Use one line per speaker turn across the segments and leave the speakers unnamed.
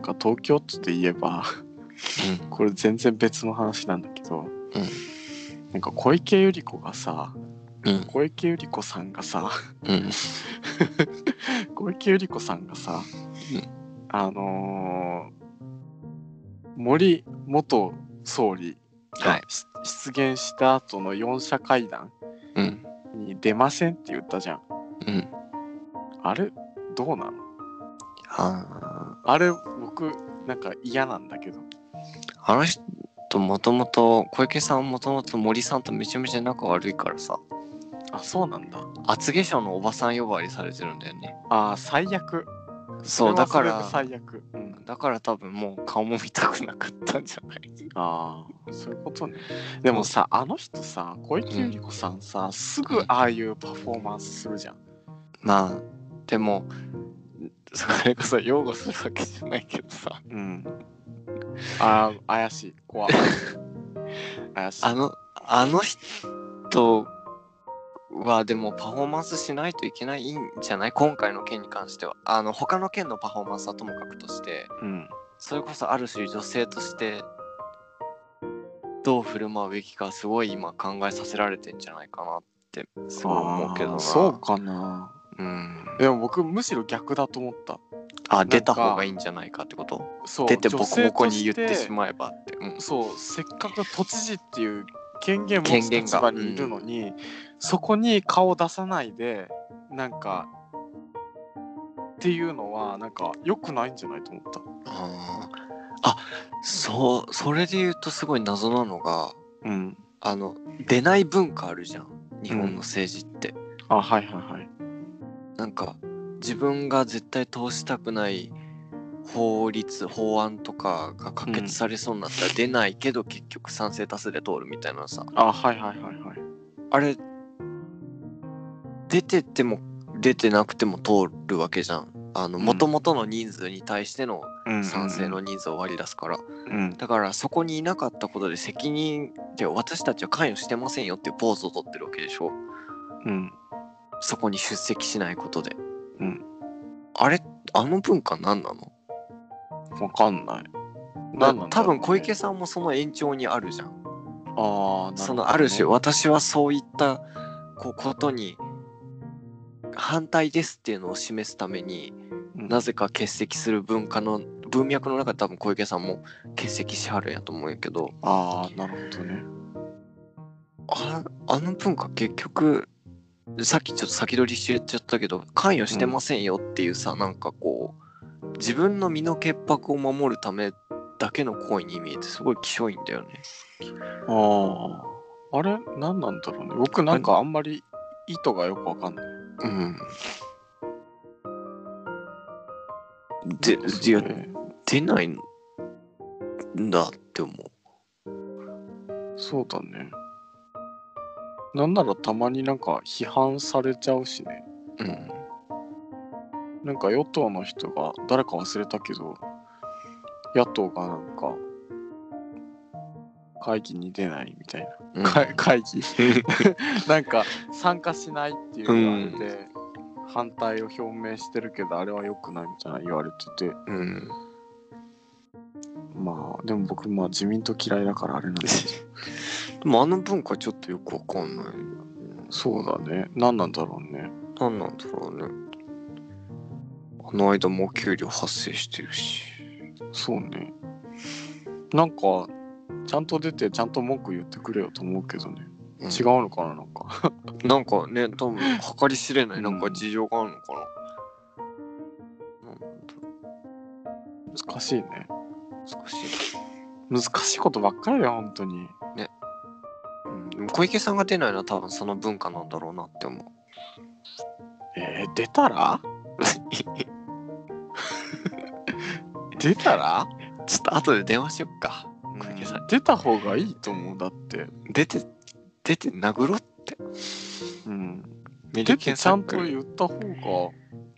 か東京っつって言えば、 これ全然別の話なんだけど、なんか小池百合子がさ、
うん
小池百合子さんがさ、
うん
小池百合子さんがさ、
うん
あのー森元総理
は
が
い
し出現した後の4者会談
うん
に出ませんって言ったじゃん。
うん
あれどうなの
あ
あれ僕なんか嫌なんだけど。
ーあの人もともと小池さんもともと森さんとめちゃめちゃ仲悪いからさ
あそうなんだ。
厚化粧のおばさん呼ばわりされてるんだよね
ああ最悪。
そうだか
それは
ら
それで最悪。うん、
だから多分もう顔も見たくなかったんじゃない
ああそういうことね。でもさあの人さ小池百合子さんさ、すぐああいうパフォーマンスするじゃん。
まあでもそれこそ擁護するわけじゃないけどさ
うん。あー怪しい怖い。 怪しい。
あのあの人はでもパフォーマンスしないといけないんじゃない今回の件に関してはあの他の件のパフォーマンスはともかくとして
うん。
それこそある種女性としてどう振る舞うべきかすごい今考えさせられてんじゃないかなってすごい思うけど
あー
な
そうかな。
うん
でも僕むしろ逆だと思った。
あ出た方がいいんじゃないかってこと
そう
出てボコボコに言っ
女性と
て
し
しまえばって、うん、
そうせっかく都知事っていう権限を持
権
つ
限
立
が
場にいるのに、そこに顔を出さないでなんかっていうのはなんか良くないんじゃないと思った。
あーあそうそれで言うとすごい謎なのが
うん。
あの出ない文化あるじゃん日本の政治って、
あはいはいはい。
なんか自分が絶対通したくない法律法案とかが可決されそうになったら出ないけど、結局賛成多数で通るみたいなさ
あはいはいはいはい。
あれ出てっても出てなくても通るわけじゃんあの
うん
元々の人数に対しての
うんうんうん
賛成の。人数を割り出すから、
うん。
だからそこにいなかったことで責任で私たちは関与してませんよっていうポーズを取ってるわけでしょ
うん。
そこに出席しないことで、
うん、
あれあの文化何なの
わかんない。なんなんだろうね
多分小池さんもその延長にあるじゃん
ああ、なほどね
そのある種私はそういったこうことに反対ですっていうのを示すために
うん
なぜか欠席する文化の文脈の中で多分小池さんも欠席しはるんやと思うんやけど
ああ、なるほどね。
ああの文化結局さっきちょっと先取りしちゃったけど関与してませんよっていうさ、なんかこう自分の身の潔白を守るためだけの行為に見えてすごい希少いんだよね。
ああ。あれ何なんだろうね。僕なんかあんまり意図がよくわかんない。
うん。で、いや、出ないんだって思う。
そうだね。なんならたまになんか批判されちゃうしね。
うん。
なんか与党の人が、誰か忘れたけど、野党がなんか、会議に出ないみたい
うん
な。会会 議なんか参加しないっていうのがあって、反対を表明してるけど、あれは良くないみたいな言われてて、
うん。
まあ、でも僕、まあ自民党嫌いだからあれなんですけど。
でもあの文化ちょっとよくわかんない。
そうだね。何なんだろうね。
なんなんだろうね。あの間もお給料発生してるし。
そうね。なんか、ちゃんと出て、ちゃんと文句言ってくれよと思うけどね。
うん
違うのかな、なんか。
なんかね、多分計り知れな
う
い
ん
なんか事情があるのかな。なんだ
難しいね。
難し
難しいことばっかりだよ、本当に。
い、うん。でも小池さんが出ないのは多分その文化なんだろうなって思う。
えー、出たら出たら
ちょっと後で電話しよっか。小池さん。
出た方がいいと思う、だって。
出て、出て殴ろうって。
うん。
メ
出てちゃんと
う。
言った方が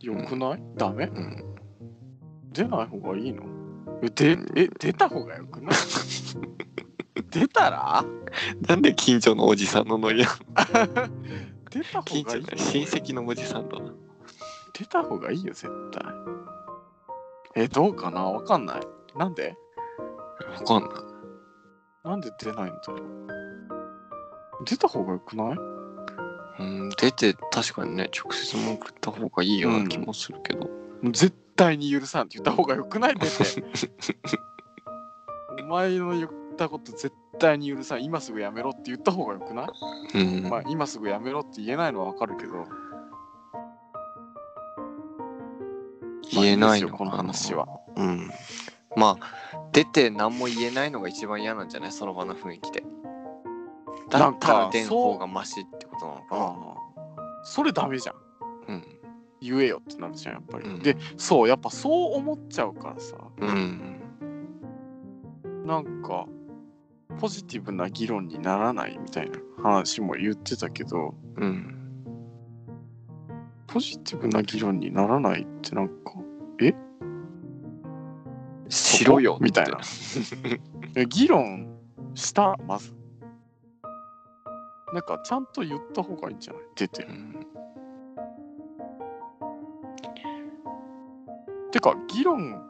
良くない、ダメ
うん。
出ない方がいいのえでえ出た方がよ くない出たら
なんで近所のおじさんのノリなの
出た方
近
がい
所
いと思う
の
よ
親戚のおじさんだな。
出た方がいいよ絶対え、どうかなわかんない。なんで
わかんない。
なんで出ないんだろう出た方がよくない
うん、出て確かにね直接も送った方がいいような気もするけど、
絶対に許さんって言った方がよくない 出て。お前の言ったこと絶対に許さん。今すぐやめろって言った方がよくない、
うん
まあ今すぐやめろって言えないのはわかるけど。
言えないのか
まあ
な、
いいですよこの話は。
うん、まあ出て何も言えないのが一番嫌なんじゃないその場の雰囲気でだった
なん
ら
か
出ん方がマシってことなのかな
ああ。それダメじゃん。
うん
言えよってなるじゃん、やっぱり。
うん
で、そう、やっぱそう思っちゃうからさ。
うん
なんかポジティブな議論にならないみたいな話も言ってたけど
うん
ポジティブな議論にならないってなんか
しろよって
みたいないや議論したまずなんかちゃんと言った方がいいんじゃない出てる
うん
てか議論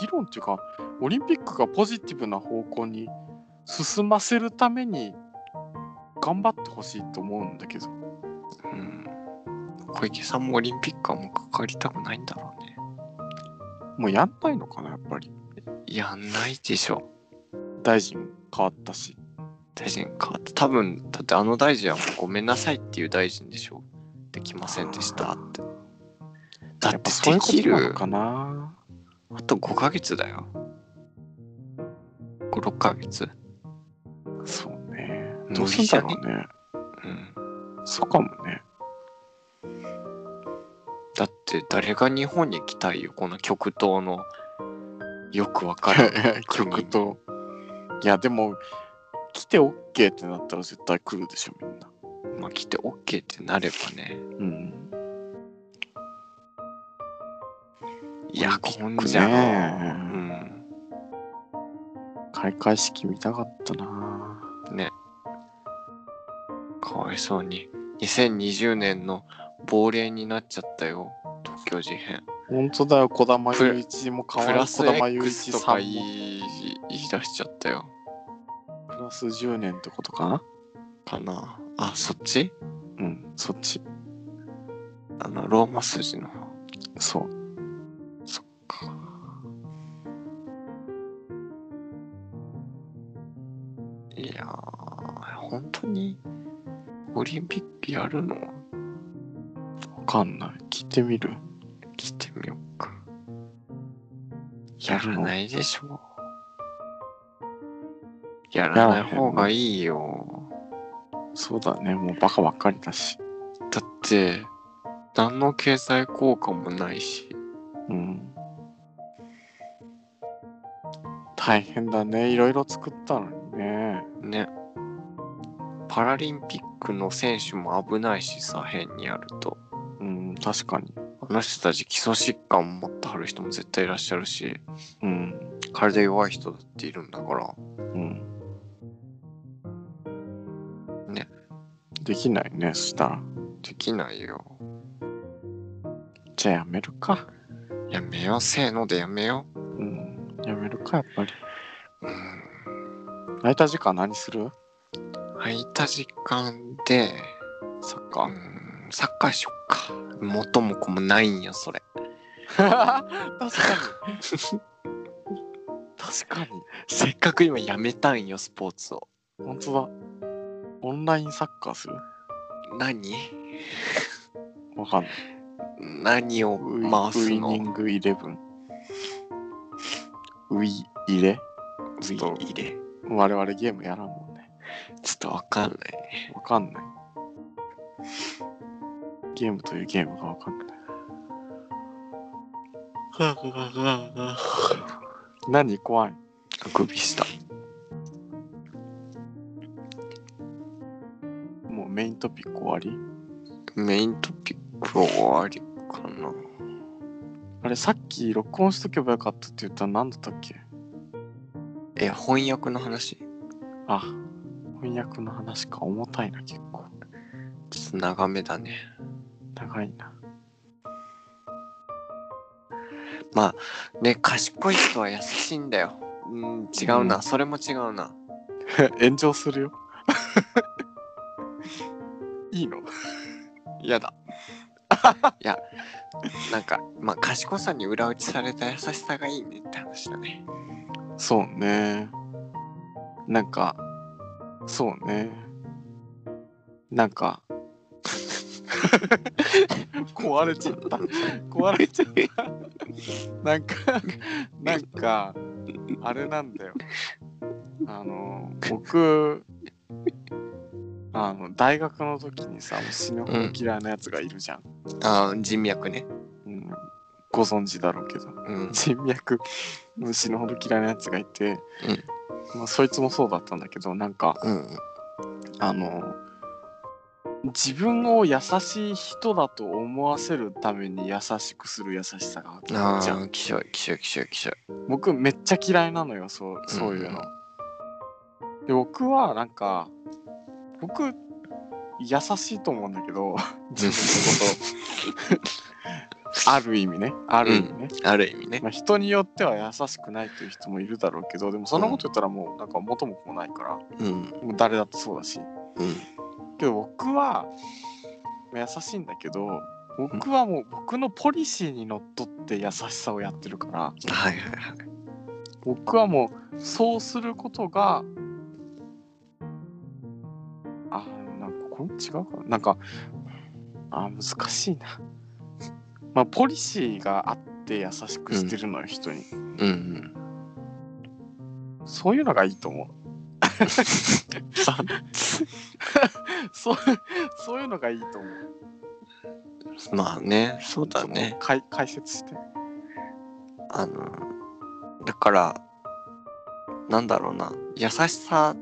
議論っていうかオリンピックがポジティブな方向に進ませるために頑張ってほしいと思うんだけど
うん小池さんもオリンピックはもう関わりたくないんだろうね
もうやんないのかなやっぱり
やんないでしょ
大臣変わったし
大臣か多分だってあの大臣はもうごめんなさいっていう大臣でしょできませんでしたってだってでき
やっぱそういう
る
ことなのかな
あと5ヶ月だよ56ヶ月
そうね。
うん
どうすんだろうね。
うん
そうかもね。
だって誰が日本に来たいよこの極東のよくわかる
曲と。いや、でも、来て OK ってなったら絶対来るでしょ、みんな。
まあ来て OK ってなれば ね
うん。
いや
オリンピック
こんじゃ
ね
ううん
開会式見たかったな。
ねかわいそうに2020年の亡霊になっちゃったよ東京事変
本当だよ、児玉雄一も可
プ
愛い
ラ
児
ス
玉雄一
X と
さん
か
も
言い言い出しちゃったよ。
プラス10年ってことかな
かな。あ、そっち
うん、そっち。
あの、ローマ数字の。
そう。
そっか。いやー、本当にオリンピックやるの
わかんない。聞いてみる
聞いてみようか。
や
や
る
ら
の
ないでしょ。やらない方がいいよ。
そうだね、もうバカばっかりだし。
だって、何の経済効果もないし。
うん。大変だね。いろいろ作ったのにね。
ねパラリンピックの選手も危ないしさ変にやると
うん、確かに。
あの人たち基礎疾患持ってはる人も絶対いらっしゃるし
うん。
体弱い人だっているんだから
うん。
ね。
できないね、そしたら。
できないよ
じゃあやめるか。
やめようせーのでやめよ
うん。やめるか、やっぱり。
ううん
空いた時間何する
空いた時間で
サッ
う
カ
んサッカーしよっか元も子もないんよそれ
ー確かに。確かに。
せっかく今やめたんよスポーツを
本当だ。オンラインサッカーする
何
わかんない。
何を
ウイ
回すの
ウイニングイレブン。ウイイレ
ちょっと入れ
我々ゲームやらんもんね。
ちょっとわかんない
わかんない。ゲームというゲームがわかんない。何怖い。
あくびした。
もうメイントピック終わり
メイントピックは終わりかな。
あれ、さっき録音しとけばよかったって言ったら何だったっけ
え、翻訳の話
あ、翻訳の話か。重たいな、結構。
ちょっと長めだね。
長いな。
まあね賢い人は優しいんだようん違うな、
うん
それも違うな
炎上するよ いいの
やだいやなんかまあ賢さに裏打ちされた優しさがいいねって話だね
そうねなんかそうねなんか 壊れちゃった壊れちゃったなんかなんかあれなんだよあの僕あの大学の時にさ死ぬほど嫌いなやつがいるじゃん、
あー人脈ね
うん、ご存知だろうけど
うん
人脈死ぬほど嫌いなやつがいて、まあ、そいつもそうだったんだけどなんか
うん
あの自分を優しい人だと思わせるために優しくする優しさがあ
あ
るじゃん
あきしょいきしょいきしょいきしょい
僕めっちゃ嫌いなのよそうそういうの、で僕はなんか僕優しいと思うんだけ ど自分のことある意味ねある意味ね、
ある意味ね
まあ、人によっては優しくないという人もいるだろうけどでもそんなこと言ったらもうなんか元も子もないから、
うん
もう誰だってそうだし
うん
けど僕はまあ優しいんだけど僕はもう僕のポリシーにのっとって優しさをやってるから
はいはいはい
僕はもうそうすることがあなんかこれ違うかななんかあ難しいなまあポリシーがあって優しくしてるのよ、人に
うんうん
そういうのがいいと思う。 そうそういうのがいいと思う。
まあねそうだね
ちょっと解解説して。
あのだからなんだろうな優しさ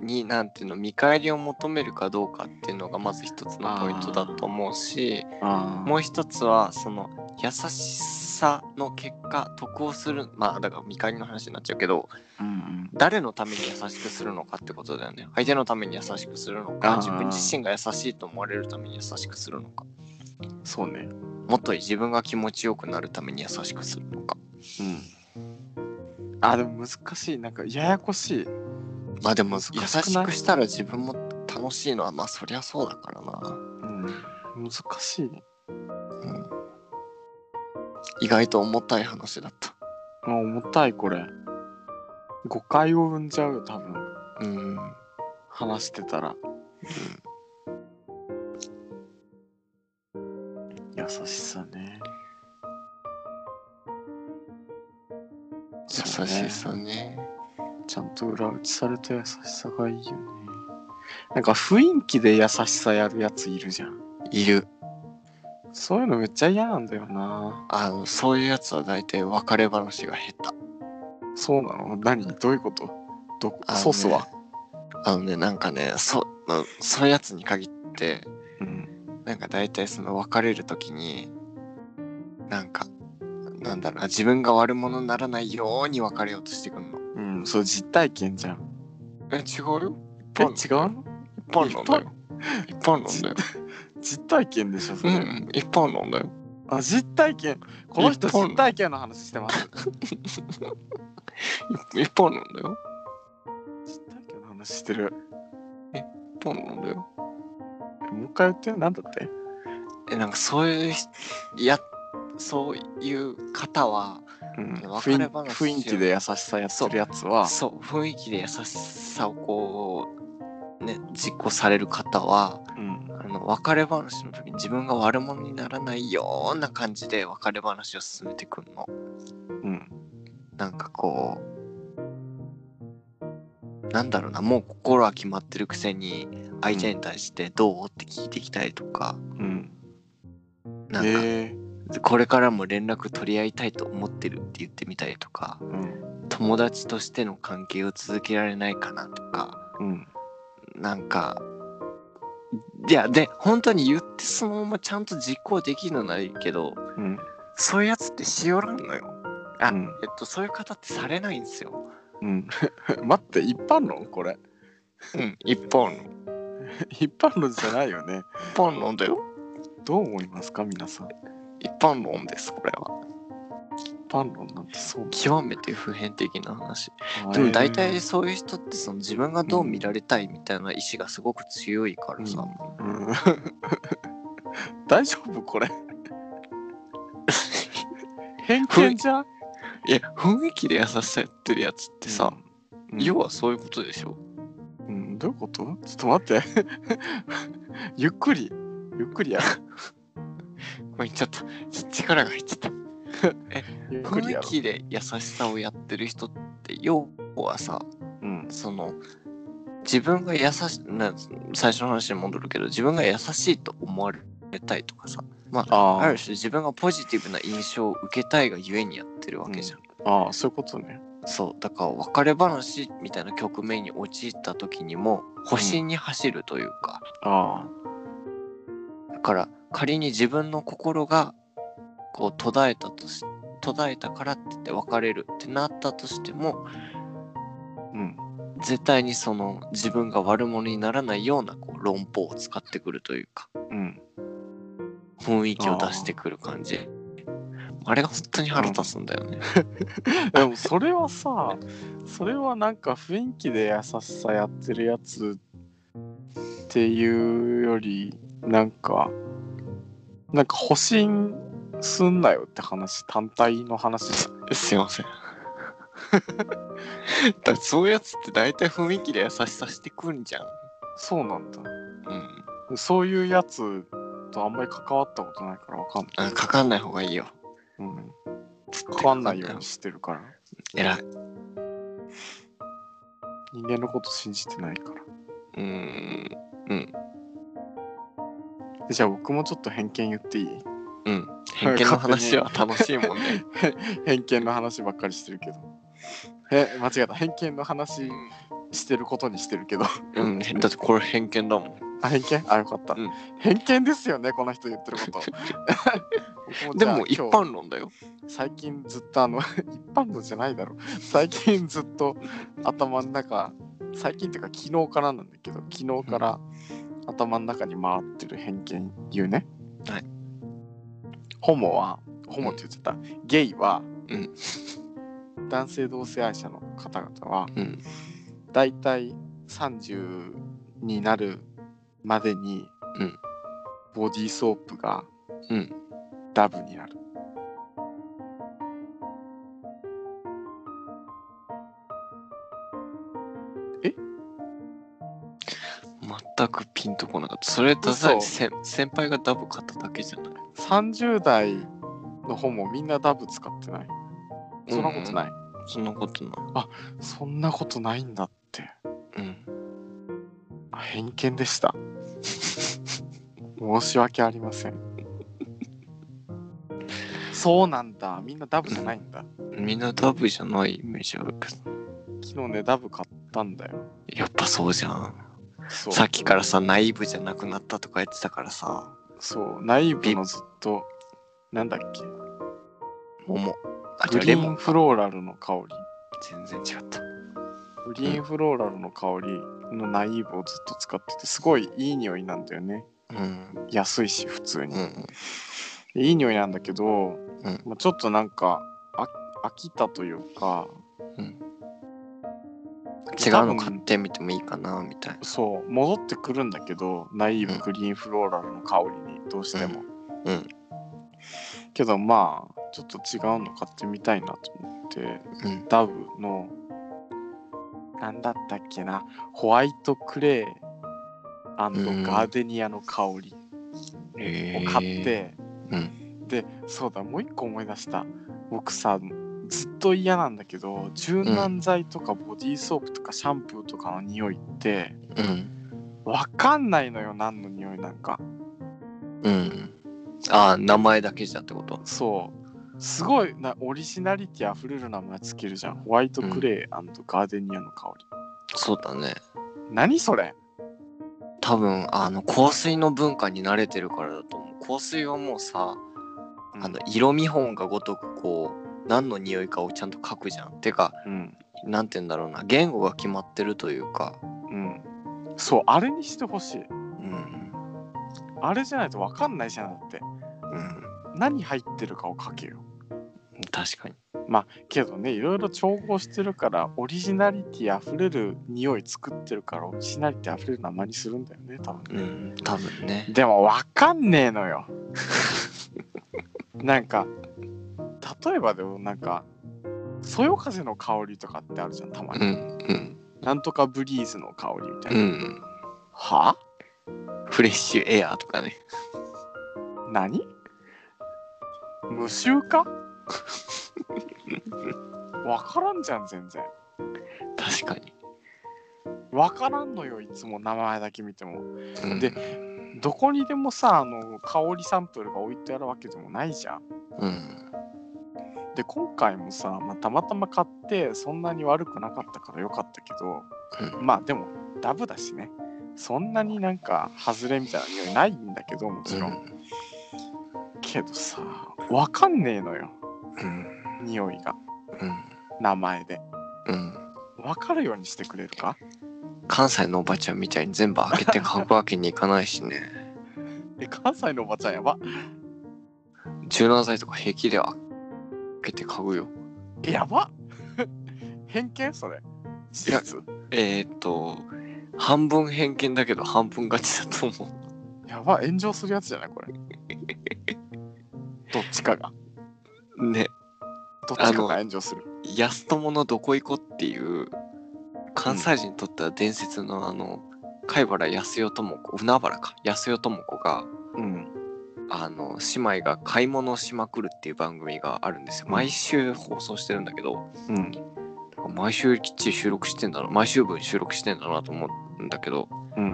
になんていうの見返りを求めるかどうかっていうのがまず一つのポイントだと思うしも
も
う一つはその優しさの結果得をするまあだから見返りの話になっちゃうけど
うん
誰のために優しくするのかってことだよね相手のために優しくするの
あ
か
ー
自分自身が優しいと思われるために優しくするのか
うん、そうね。
もっと自分が気持ちよくなるために優しくするのか
うん。あ、でも難しい。なんかややこしい。
まあでも
難しく
優
ない
しくしたら自分も楽しいのはまあそりゃそうだからな、
うん、難しい。
うん意外と重たい話だった
もう重たいこれ。誤解を生んじゃうよ、多分。
うん
話してたら。優しさね。
優しさね
ちゃんと裏打ちされた優しさがいいよね。なんか雰囲気で優しさやるやついるじゃん。
いる
そういうのめっちゃ嫌なんだよな。
あのそういうやつは大体別れ話が下手
そうなの何どういうことど
あのね
ソースは、
あのねなんかねそまあそういうやつに限って
うん、
なんか大体その別れる時になんかなんだろうな自分が悪者にならないように別れようとしてくんの
うん、そう実体験じゃん。
え違うよ
え、違う
一般
の
論一般論だよ一般論だよ
実体験でしょ、そ
うん
れ。
うん、一般論だよ。
あ、実体験。この人
一本
実体験の話してます。
一一般論だよ。
実体験の話してる。
一般論だよ。
えもう一回言って、なんだって
え、なんかそういうひ、いや、そういう方は、
うん、
別れ
雰
話
囲雰囲気で優しさやってるやつは、
そう、雰囲気で優しさをこう、ね、実行される方は、
うん、
あの、別れ話の時に自分が悪者にならないような感じで別れ話を進めてくんの。
うん、
なんかこう、なんだろうな、もう心は決まってるくせに、相手に対してどうって聞いてきたりとか、
うん。
なんか、
えー、
これからも連絡取り合いたいと思ってるって言ってみたりとか
うん、
友達としての関係を続けられないかなとか
うん、
なんかいやで本当に言ってそのままちゃんと実行できるのならいいけど
うん、
そういうやつってしおらんのよあ
うん
えっとそういう方ってされないんですよ
うん、 待って一般論これ
うん一本の
一般論じゃないよね
一本論だよ
どう思いますか皆さん
一般論ですこれは
般論なんてそう
極めて普遍的な話でも大体そういう人ってその自分がどう見られたいみたいな意志がすごく強いからさ、
うん 大丈夫これ偏見じゃん
いや雰囲気で優しさやってるやつってさ、、
うん
要はそういうことでしょ
うん、どういうことちょっと待って ゆっくりゆっくりやろ
これ言っちゃったち力が入っちゃった
ゆっくり
雰
や
囲
ろ
気で優しさをやってる人って要はさ
うん
その自分が優しな最初の話に戻るけど自分が優しいと思われたいとかさ
あ
あ
ー
る種自分がポジティブな印象を受けたいがゆえにやってるわけじゃん、
あーそういうことね
そうだから別れ話みたいな局面に陥った時にも保身に走るというか、
あ
だから仮に自分の心がこう途絶えたとし途絶えたからって言って別れるってなったとしても
あうん
絶対にその自分が悪者にならないようなこう論法を使ってくるというか
うん
雰囲気を出してくる感じあれが本当に腹立つんだよね、
でもそれはさそれはなんか雰囲気で優しさやってるやつっていうよりなんかなんか保身すんなよって話単体の話じゃん
すいません だそういうやつって大体雰囲気で優しさしてくんじゃん
そうなんだ
うん
そういうやつとあんまり関わったことないからわかんない、
あかかんない方がいいよ
うん、関わんないようにしてるから
偉い
人間のこと信じてないから
うん
でじゃあ僕もちょっと偏見言っていい
うん偏見の話は楽しいもんね
偏見の話ばっかりしてるけどえ間違えた偏見の話してることにしてるけど
うん、だってこれ偏見だもん。
あ偏見あよかった、
うん
偏見ですよねこの人言ってること 僕
で
じゃあ
も一
今日
般論だよ。
最近ずっとあの 一般のじゃないだろ最近ずっと頭の中最近っていうか昨日からなんだけど昨日から頭の中に回ってる偏見言うね
はい
ホモはホモって言っちゃった、ゲイは、
うん
男性同性愛者の方々は
うん。
だいたい30になるまでに、
うん
ボディーソープが
うん
ダブになる。
全くピンとこなかった。それただ先先輩がダブ買っただけじゃない。
30代の方もみんなダブ使ってないそんなことない、
そんなことない。
そんなことないんだって
うん。
あ偏見でした申し訳ありませんそうなんだみんなダブじゃないんだ
みんなダブじゃないイメージあるけど。
昨日ねダブ買ったんだよ
やっぱそうじゃん。
そう
さっきからさ、ナイブじゃなくなったとか言ってたからさ、
そう内部のずっとなんだっけグ
桃。あ、じゃあ
リ
レ
ー
モ
ン
ン。
フローラルの香り
全然違った。
グリーンフローラルの香りのナイーブをずっと使っててすごいいい匂いなんだよね
うん。
安いし普通に
う、ん。
でいい匂いなんだけど、
うん
まあ、ちょっとなんかあ飽きたというか
違うの買ってみてもいいかな、みたい
そう戻ってくるんだけどナイー
うん
ブグリーンフローラルの香りにどうしても、
うんうん
けどまあちょっと違うの買ってみたいなと思って
な。うん。
ダブのなんだったっけなホワイトクレイガ
うん
ーデニアの香り
え
を買って、
う
でそうだもう一個思い出した僕さずっと嫌なんだけど柔軟剤とかボディーソープとかシャンプーとかの匂いって
うん。
わかんないのよ何の匂いなんか
うん。ああ、名前だけじゃってこと
そうすごいなオリジナリティあふれる名前つけるじゃんホワイトクレイガーデニアの香
そうだね。
り、何それ
多分あの香水の文化に慣れてるからだと思う香水はもうさあの色見本がごとくこう何の匂いかをちゃんと書くじゃんてか
うん
なんて言うんだろうな言語が決まってるというか
うんそうあれにしてほしい
うん
あれじゃないとわかんないじゃんだって
うん
何入ってるかを書けよ
確かに
まあけどねいろいろ調合してるからオリジナリティあふれる匂い作ってるからオリジナリティあふれる名前にするんだよね多分
う
ね、
ん多分ね
でもわかんねえのよ なんか例えばでもなんかそよ風の香りとかってあるじゃんたま
う
に、
んうん
なんとかブリーズの香りみたいうな、
ん
は
フレッシュエアーとかね
何無臭かわからんじゃん全然
確かに、
わからんのよいつも名前だけ見ても
うん、
でどこにでもさあの香りサンプルが置いてあるわけでもないじゃん
うん
で今回もさ、まあ、たまたま買ってそんなに悪くなかったから良かったけど、
うん
まあでもダブだしねそんなになんか外れみたいな匂いないんだけどもちろん、けどさわかんねえのよ
うん
匂いが
うん
名前で
うん
わかるようにしてくれるか
関西のおばちゃんみたいに全部開けて書くわけにいかないしね
え関西のおばちゃんやば
17歳とか平気で開けて買うよ
えやば 偏見それ事実
えーっと半分偏見だけど半分勝ちだと思う
やば炎上するやつじゃないこれどっちかが
ね
どっちかが炎上する
安友のどこ行こっていう関西人にとっては伝説のあの貝原康代智子海原か康代智子が
うん
あの姉妹が買い物をしまくるっていう番組があるんですよ毎週放送してるんだけど
うん
だから毎週きっちり収録してんだな毎週分収録してんだなと思うんだけど
うん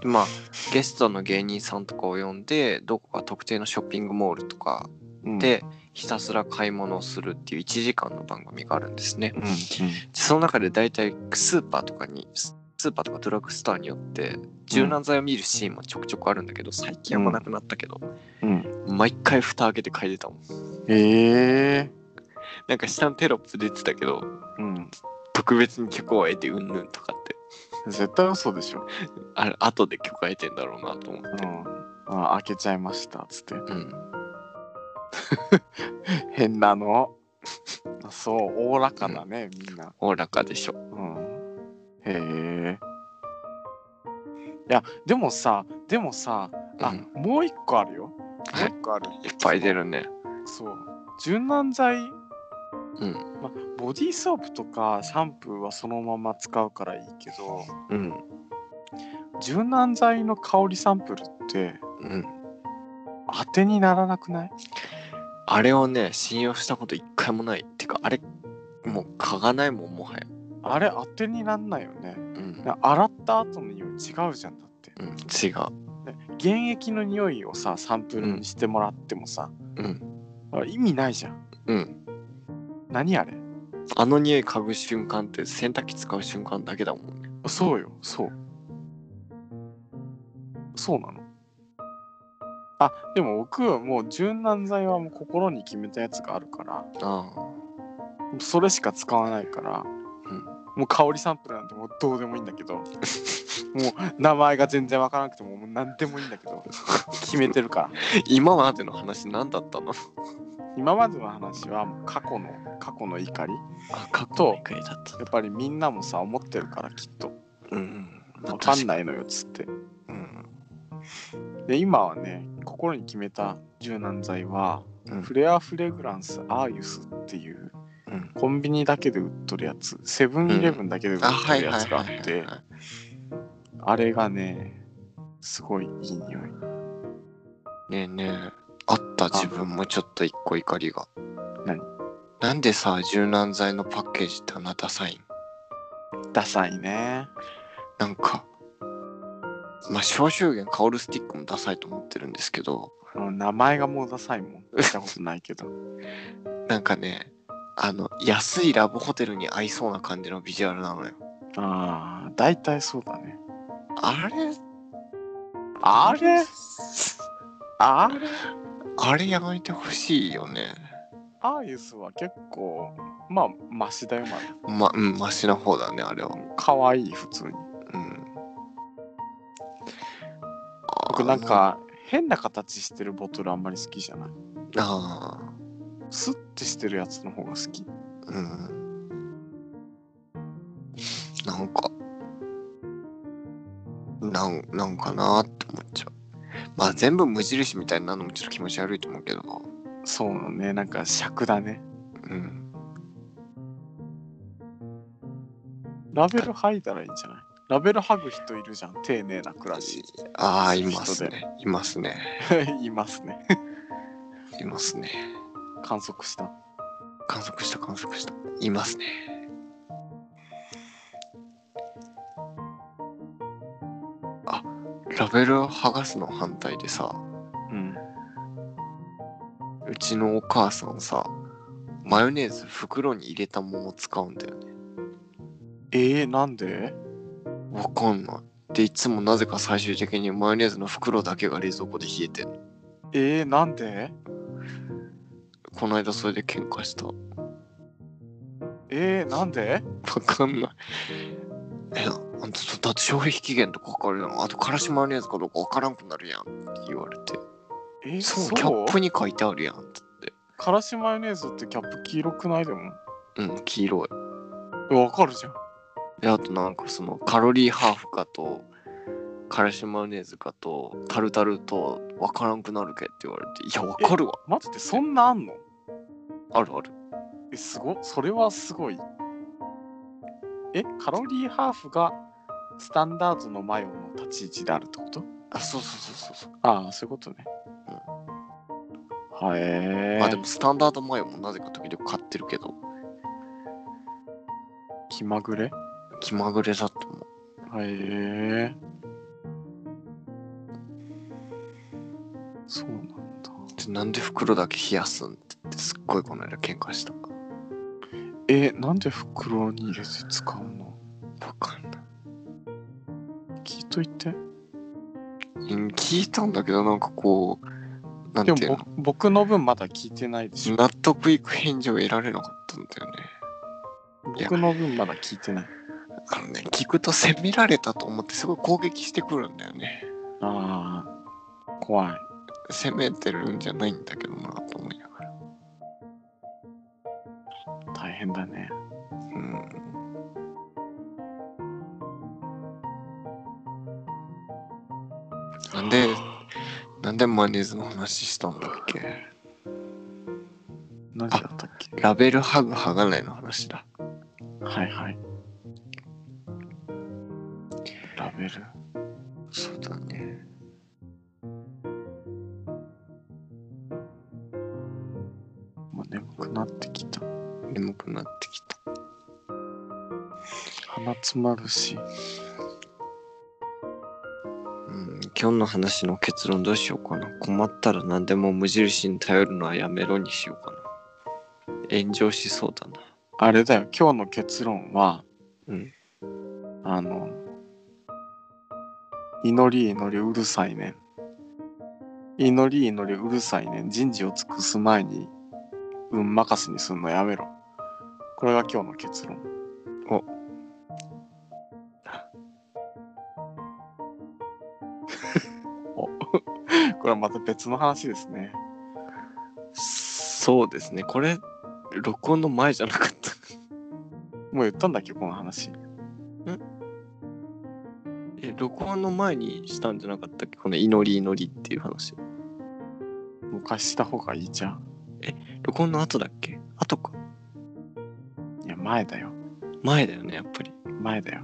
でまあゲストの芸人さんとかを呼んでどこか特定のショッピングモールとか
うん
でひたすら買い物をするっていう1時間の番組があるんですね。
うんうん
その中で大体スーパーとかにススーパーとかドラッグストアによって柔軟剤を見るシーンもちょくちょくあるんだけど、最近あんまなくなったけど、
うん
毎回蓋開けて嗅いでたもん
ええ
なんか下のテロップ出てたけど
うん
特別に許可を得てうんぬんとかって
絶対嘘でしょ、
あれ後で許可得てんだろうなと思
う
って、
ん、あ開けちゃいましたつって
うん、
変なの あそうおおらかだねみんな
おおらかでしょ
うんへえいやでもさでもさあ、
うん
もう一個あるよもう一個ある
いっぱい出るね
そう柔軟剤、
うん
ま、ボディーソープとかシャンプーはそのまま使うからいいけど
うん
柔軟剤の香りサンプルって
うん
当てにならなくない
あれをね信用したこと一回もないってかあれもう嗅がないもんもはや
あれ当てになんないよね
うん、
な洗った後の匂い違うじゃんだって
うん、違う
ね原液の匂いをさサンプルにしてもらってもさ、
うん
あ意味ないじゃん
うん
何あれ
あの匂い嗅ぐ瞬間って洗濯機使う瞬間だけだもんね。
そうよ、そう。そうなの。あ、でも僕、もう柔軟剤はもう心に決めたやつがあるから、
あ
それしか使わないから、
うん
もう香りサンプルなんてもうどうでもいいんだ けど、もう名前が全然わからなくてももう何でもいいんだけど、決めてるから。
あ。今までの話何だったの
今までの話はもう過去の、過去の怒り。
あ、過
去の
回だった。
やっぱりみんなもさ、思ってるからきっと、
うん。
わかん
い。
ないのよ、つって。
うん。
で今はね心に決めた柔軟剤は、
うん
フレアフレグランスアーユスっていう
うん、
コンビニだけで売っとるやつセブンイレブンだけで売っ
あ、
と
はい
るや
は
つ
い
があ
は
っ
い、
て
はい。
あれがねすごいいい匂い
ねえねえ。あった自分もちょっと一個怒りが。
何
なんでさ、柔軟剤のパッケージってあんなダサいん
ダサいね
なんか、まあ、消臭源香るスティックもダサいと思ってるんですけど、
あの名前がもうダサいもん見たことないけど
なんかね、あの、安いラブホテルに合いそうな感じのビジュアルなのよ。
ああ大体そうだね
あれ
あ れあれ
あれやめてほしいよね。
アーユスは結構まあマシだよまだ
ま、うん、マシな方だね、あれは。
可愛い普通に
うん。
僕なん、か変な形してるボトルあんまり好きじゃない
あー
スッてしてるやつの方が好き。
うん。なんか、なん、なんかなーって思っちゃう。まあ全部無印みたいになるのもちょっと気持ち悪いと思うけどな。
そうだね、なんか尺だね。
うん。
ラベル剥いだらいいんじゃないラベル剥ぐ人いるじゃん、丁寧な暮らし。
ああ、いますね。いますね。
いますね。
いますね。
観測した。
観測した観測した。いますね。あ、ラベルを剥がすの反対でさ、
うん。
うちのお母さんさ、マヨネーズ袋に入れたまま使うんだよね。
えー、なんで
わかんない。で、いつもなぜか最終的にマヨネーズの袋だけが冷蔵庫で冷えてる。
えー、なんで
この間それで喧嘩した。わ
えー、なんで
かんない。え、あんただって消費期限とかかかるやん。あと、からしマヨネーズかどうかわからんくなるやんって言われて。
えー、
そ、
そうう
キャップに書いてあるやんっつって。
からしマヨネーズってキャップ黄色くないでも。
うん、黄色い。
えわかるじゃん。
で、あとなんかそのカロリーハーフかと、からしマヨネーズかと、タルタルと、わからんくなるけって言われて、いや、わかるわ。
マジでそんなあんの
あるある。
え、すごそれはすごい。え、カロリーハーフがスタンダードのマヨの立ち位置であるってこと
あ、そうそうそうそうそう。
ああ、そういうことね。はえー。
まあでも、スタンダードマヨもなぜか時々買ってるけど、
気まぐれ
気まぐれだと思う。
はい、えー。そうなんだ。
で、なんで袋だけ冷やすんって言って、すっごいこの間喧嘩した。わ
え、なんで袋に入れて使うの
かんない。
聞いといて。
うん聞いたんだけど、なんかこう、なんて
で
い
も
うの
ぼ僕の分まだ聞いてないでしょ。
納得いく返事を得られなかったんだよね。や
僕の分まだ聞いてない。
あのね、聞くと責められたと思ってすごい攻撃してくるんだよね。
ああ、怖い。
責めてるんじゃないんだけどなと思いながら。
大変だね。
うん。なんで、なんでマヨネーズの話したんだっけ
何だったっけ
ラベル剥ぐ剥がないの話だ。
はいはい。ラベル。
そうだね。
もう眠くなってきた。
眠くなってきた。
鼻詰まるし。
うん、今日の話の結論どうしようかな。困ったら何でも無印に頼るのはやめろにしようかな。炎上しそうだな。
あれだよ、今日の結論は、
うん
あの、祈り祈りうるさいねん。祈り祈りうるさいねん。人事を尽くす前に、運任せにすんのやめろ。これが今日の結論。
お。
お。 これはまた別の話ですね。
そうですね。これ、録音の前じゃなかった。
もう言ったんだっけ、この話。
え、録音の前にしたんじゃなかったっけこの祈り祈りっていう話。
もう貸した方がいいじゃん。
録音の後だっけ後か。
いや、前だよ。
前だよね、やっぱり。
前だよ。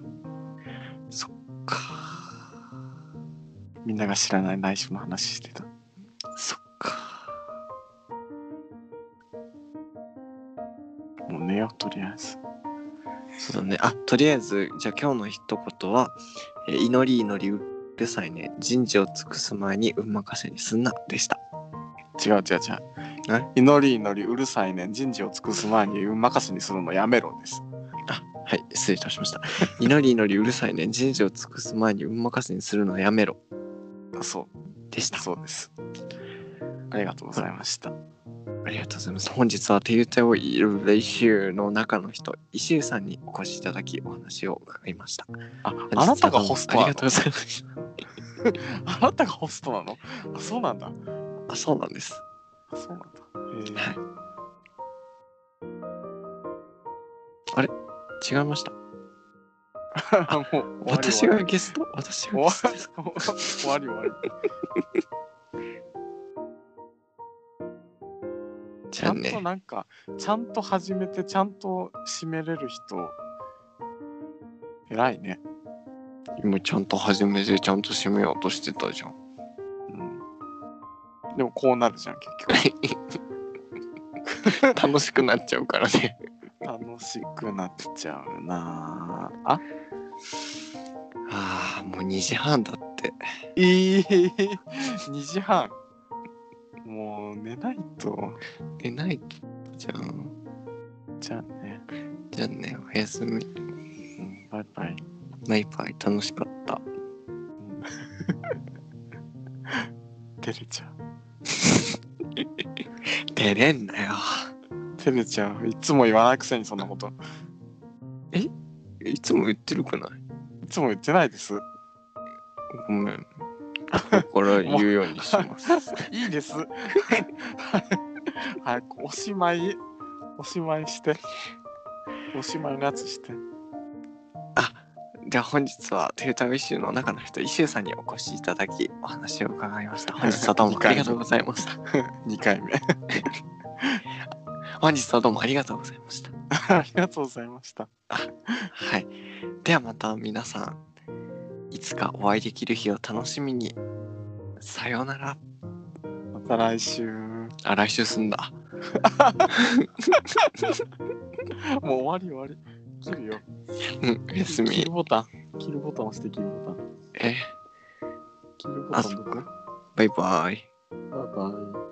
か
みんなが知らない内緒の話してた。
そっか。
もう寝よう、とりあえず。
そうだね。あ、とりあえず、じゃあ今日の一言は、え祈り祈りうるさいね。人事を尽くす前に運任せにすんな。でした。
違う違う違う。祈り祈りうるさいねん。人事を尽くす前に運任せにするのやめろです。
あはい失礼いたしました祈り祈りうるさいね人事を尽くす前に運任せにするのはやめろ
そ
でした
う、そうです。ありがとうございました。
ありがとうございます本日は手歌をいる練習の中の人石井さんにお越しいただきお話を伺いました
あ、あなたがホスト
あ
な
りが
の
とうございます
あなたがホストなのあ、そうなんだ。
あそうなんです
あそうなんだ。へえ
はい違いました。
もう終わり
私がゲスト私が
終
ゲ
わ
ストです
り終わり終わ り
じ
ち
ゃ
ゃ
あ
んと
ね。
なんかちゃんと始めてちゃんと締めれる人偉いね、
今ちゃんと始めてちゃんと締めようとしてたじゃん。
うん、でもこうなるじゃん結局
楽しくなっちゃうからね。
楽しくなっちゃうなああ
ああ、もう2時半だって。
い い2時半もう寝ないと
え、ないじゃん。
じゃあね、
じゃあね、おやすみ。
うん、バイバイ
バイバイ、楽しかった。
照れちゃう
照れんなよ。
照れちゃういつも言わないくせにそんなこと
いつも言ってるくない
いつも言ってないです
ごめん。だから言うようにし ます。
いいです。 早くおしまい、おしまいして、おしまいのやつして。
じゃあ本日はテータウィッシュの中の人、石井さんにお越しいただき、お話を伺いました。本日はどうもありがとうございま した。
2回目。
本日はどうもありがとうございました。
ありがとうございました。
はい。ではまた皆さん、いつかお会いできる日を楽しみに。さようなら。
また来週。も
あ、来週すんだ。
う終わり終わり。切るよ。
うん、おや
切
すみ
る。ボタン。切るボタン押して切るボタン。
え、
切るボタ
あ
ン
そ
ど
っ
こ
か。バイバイ。
バイバイ。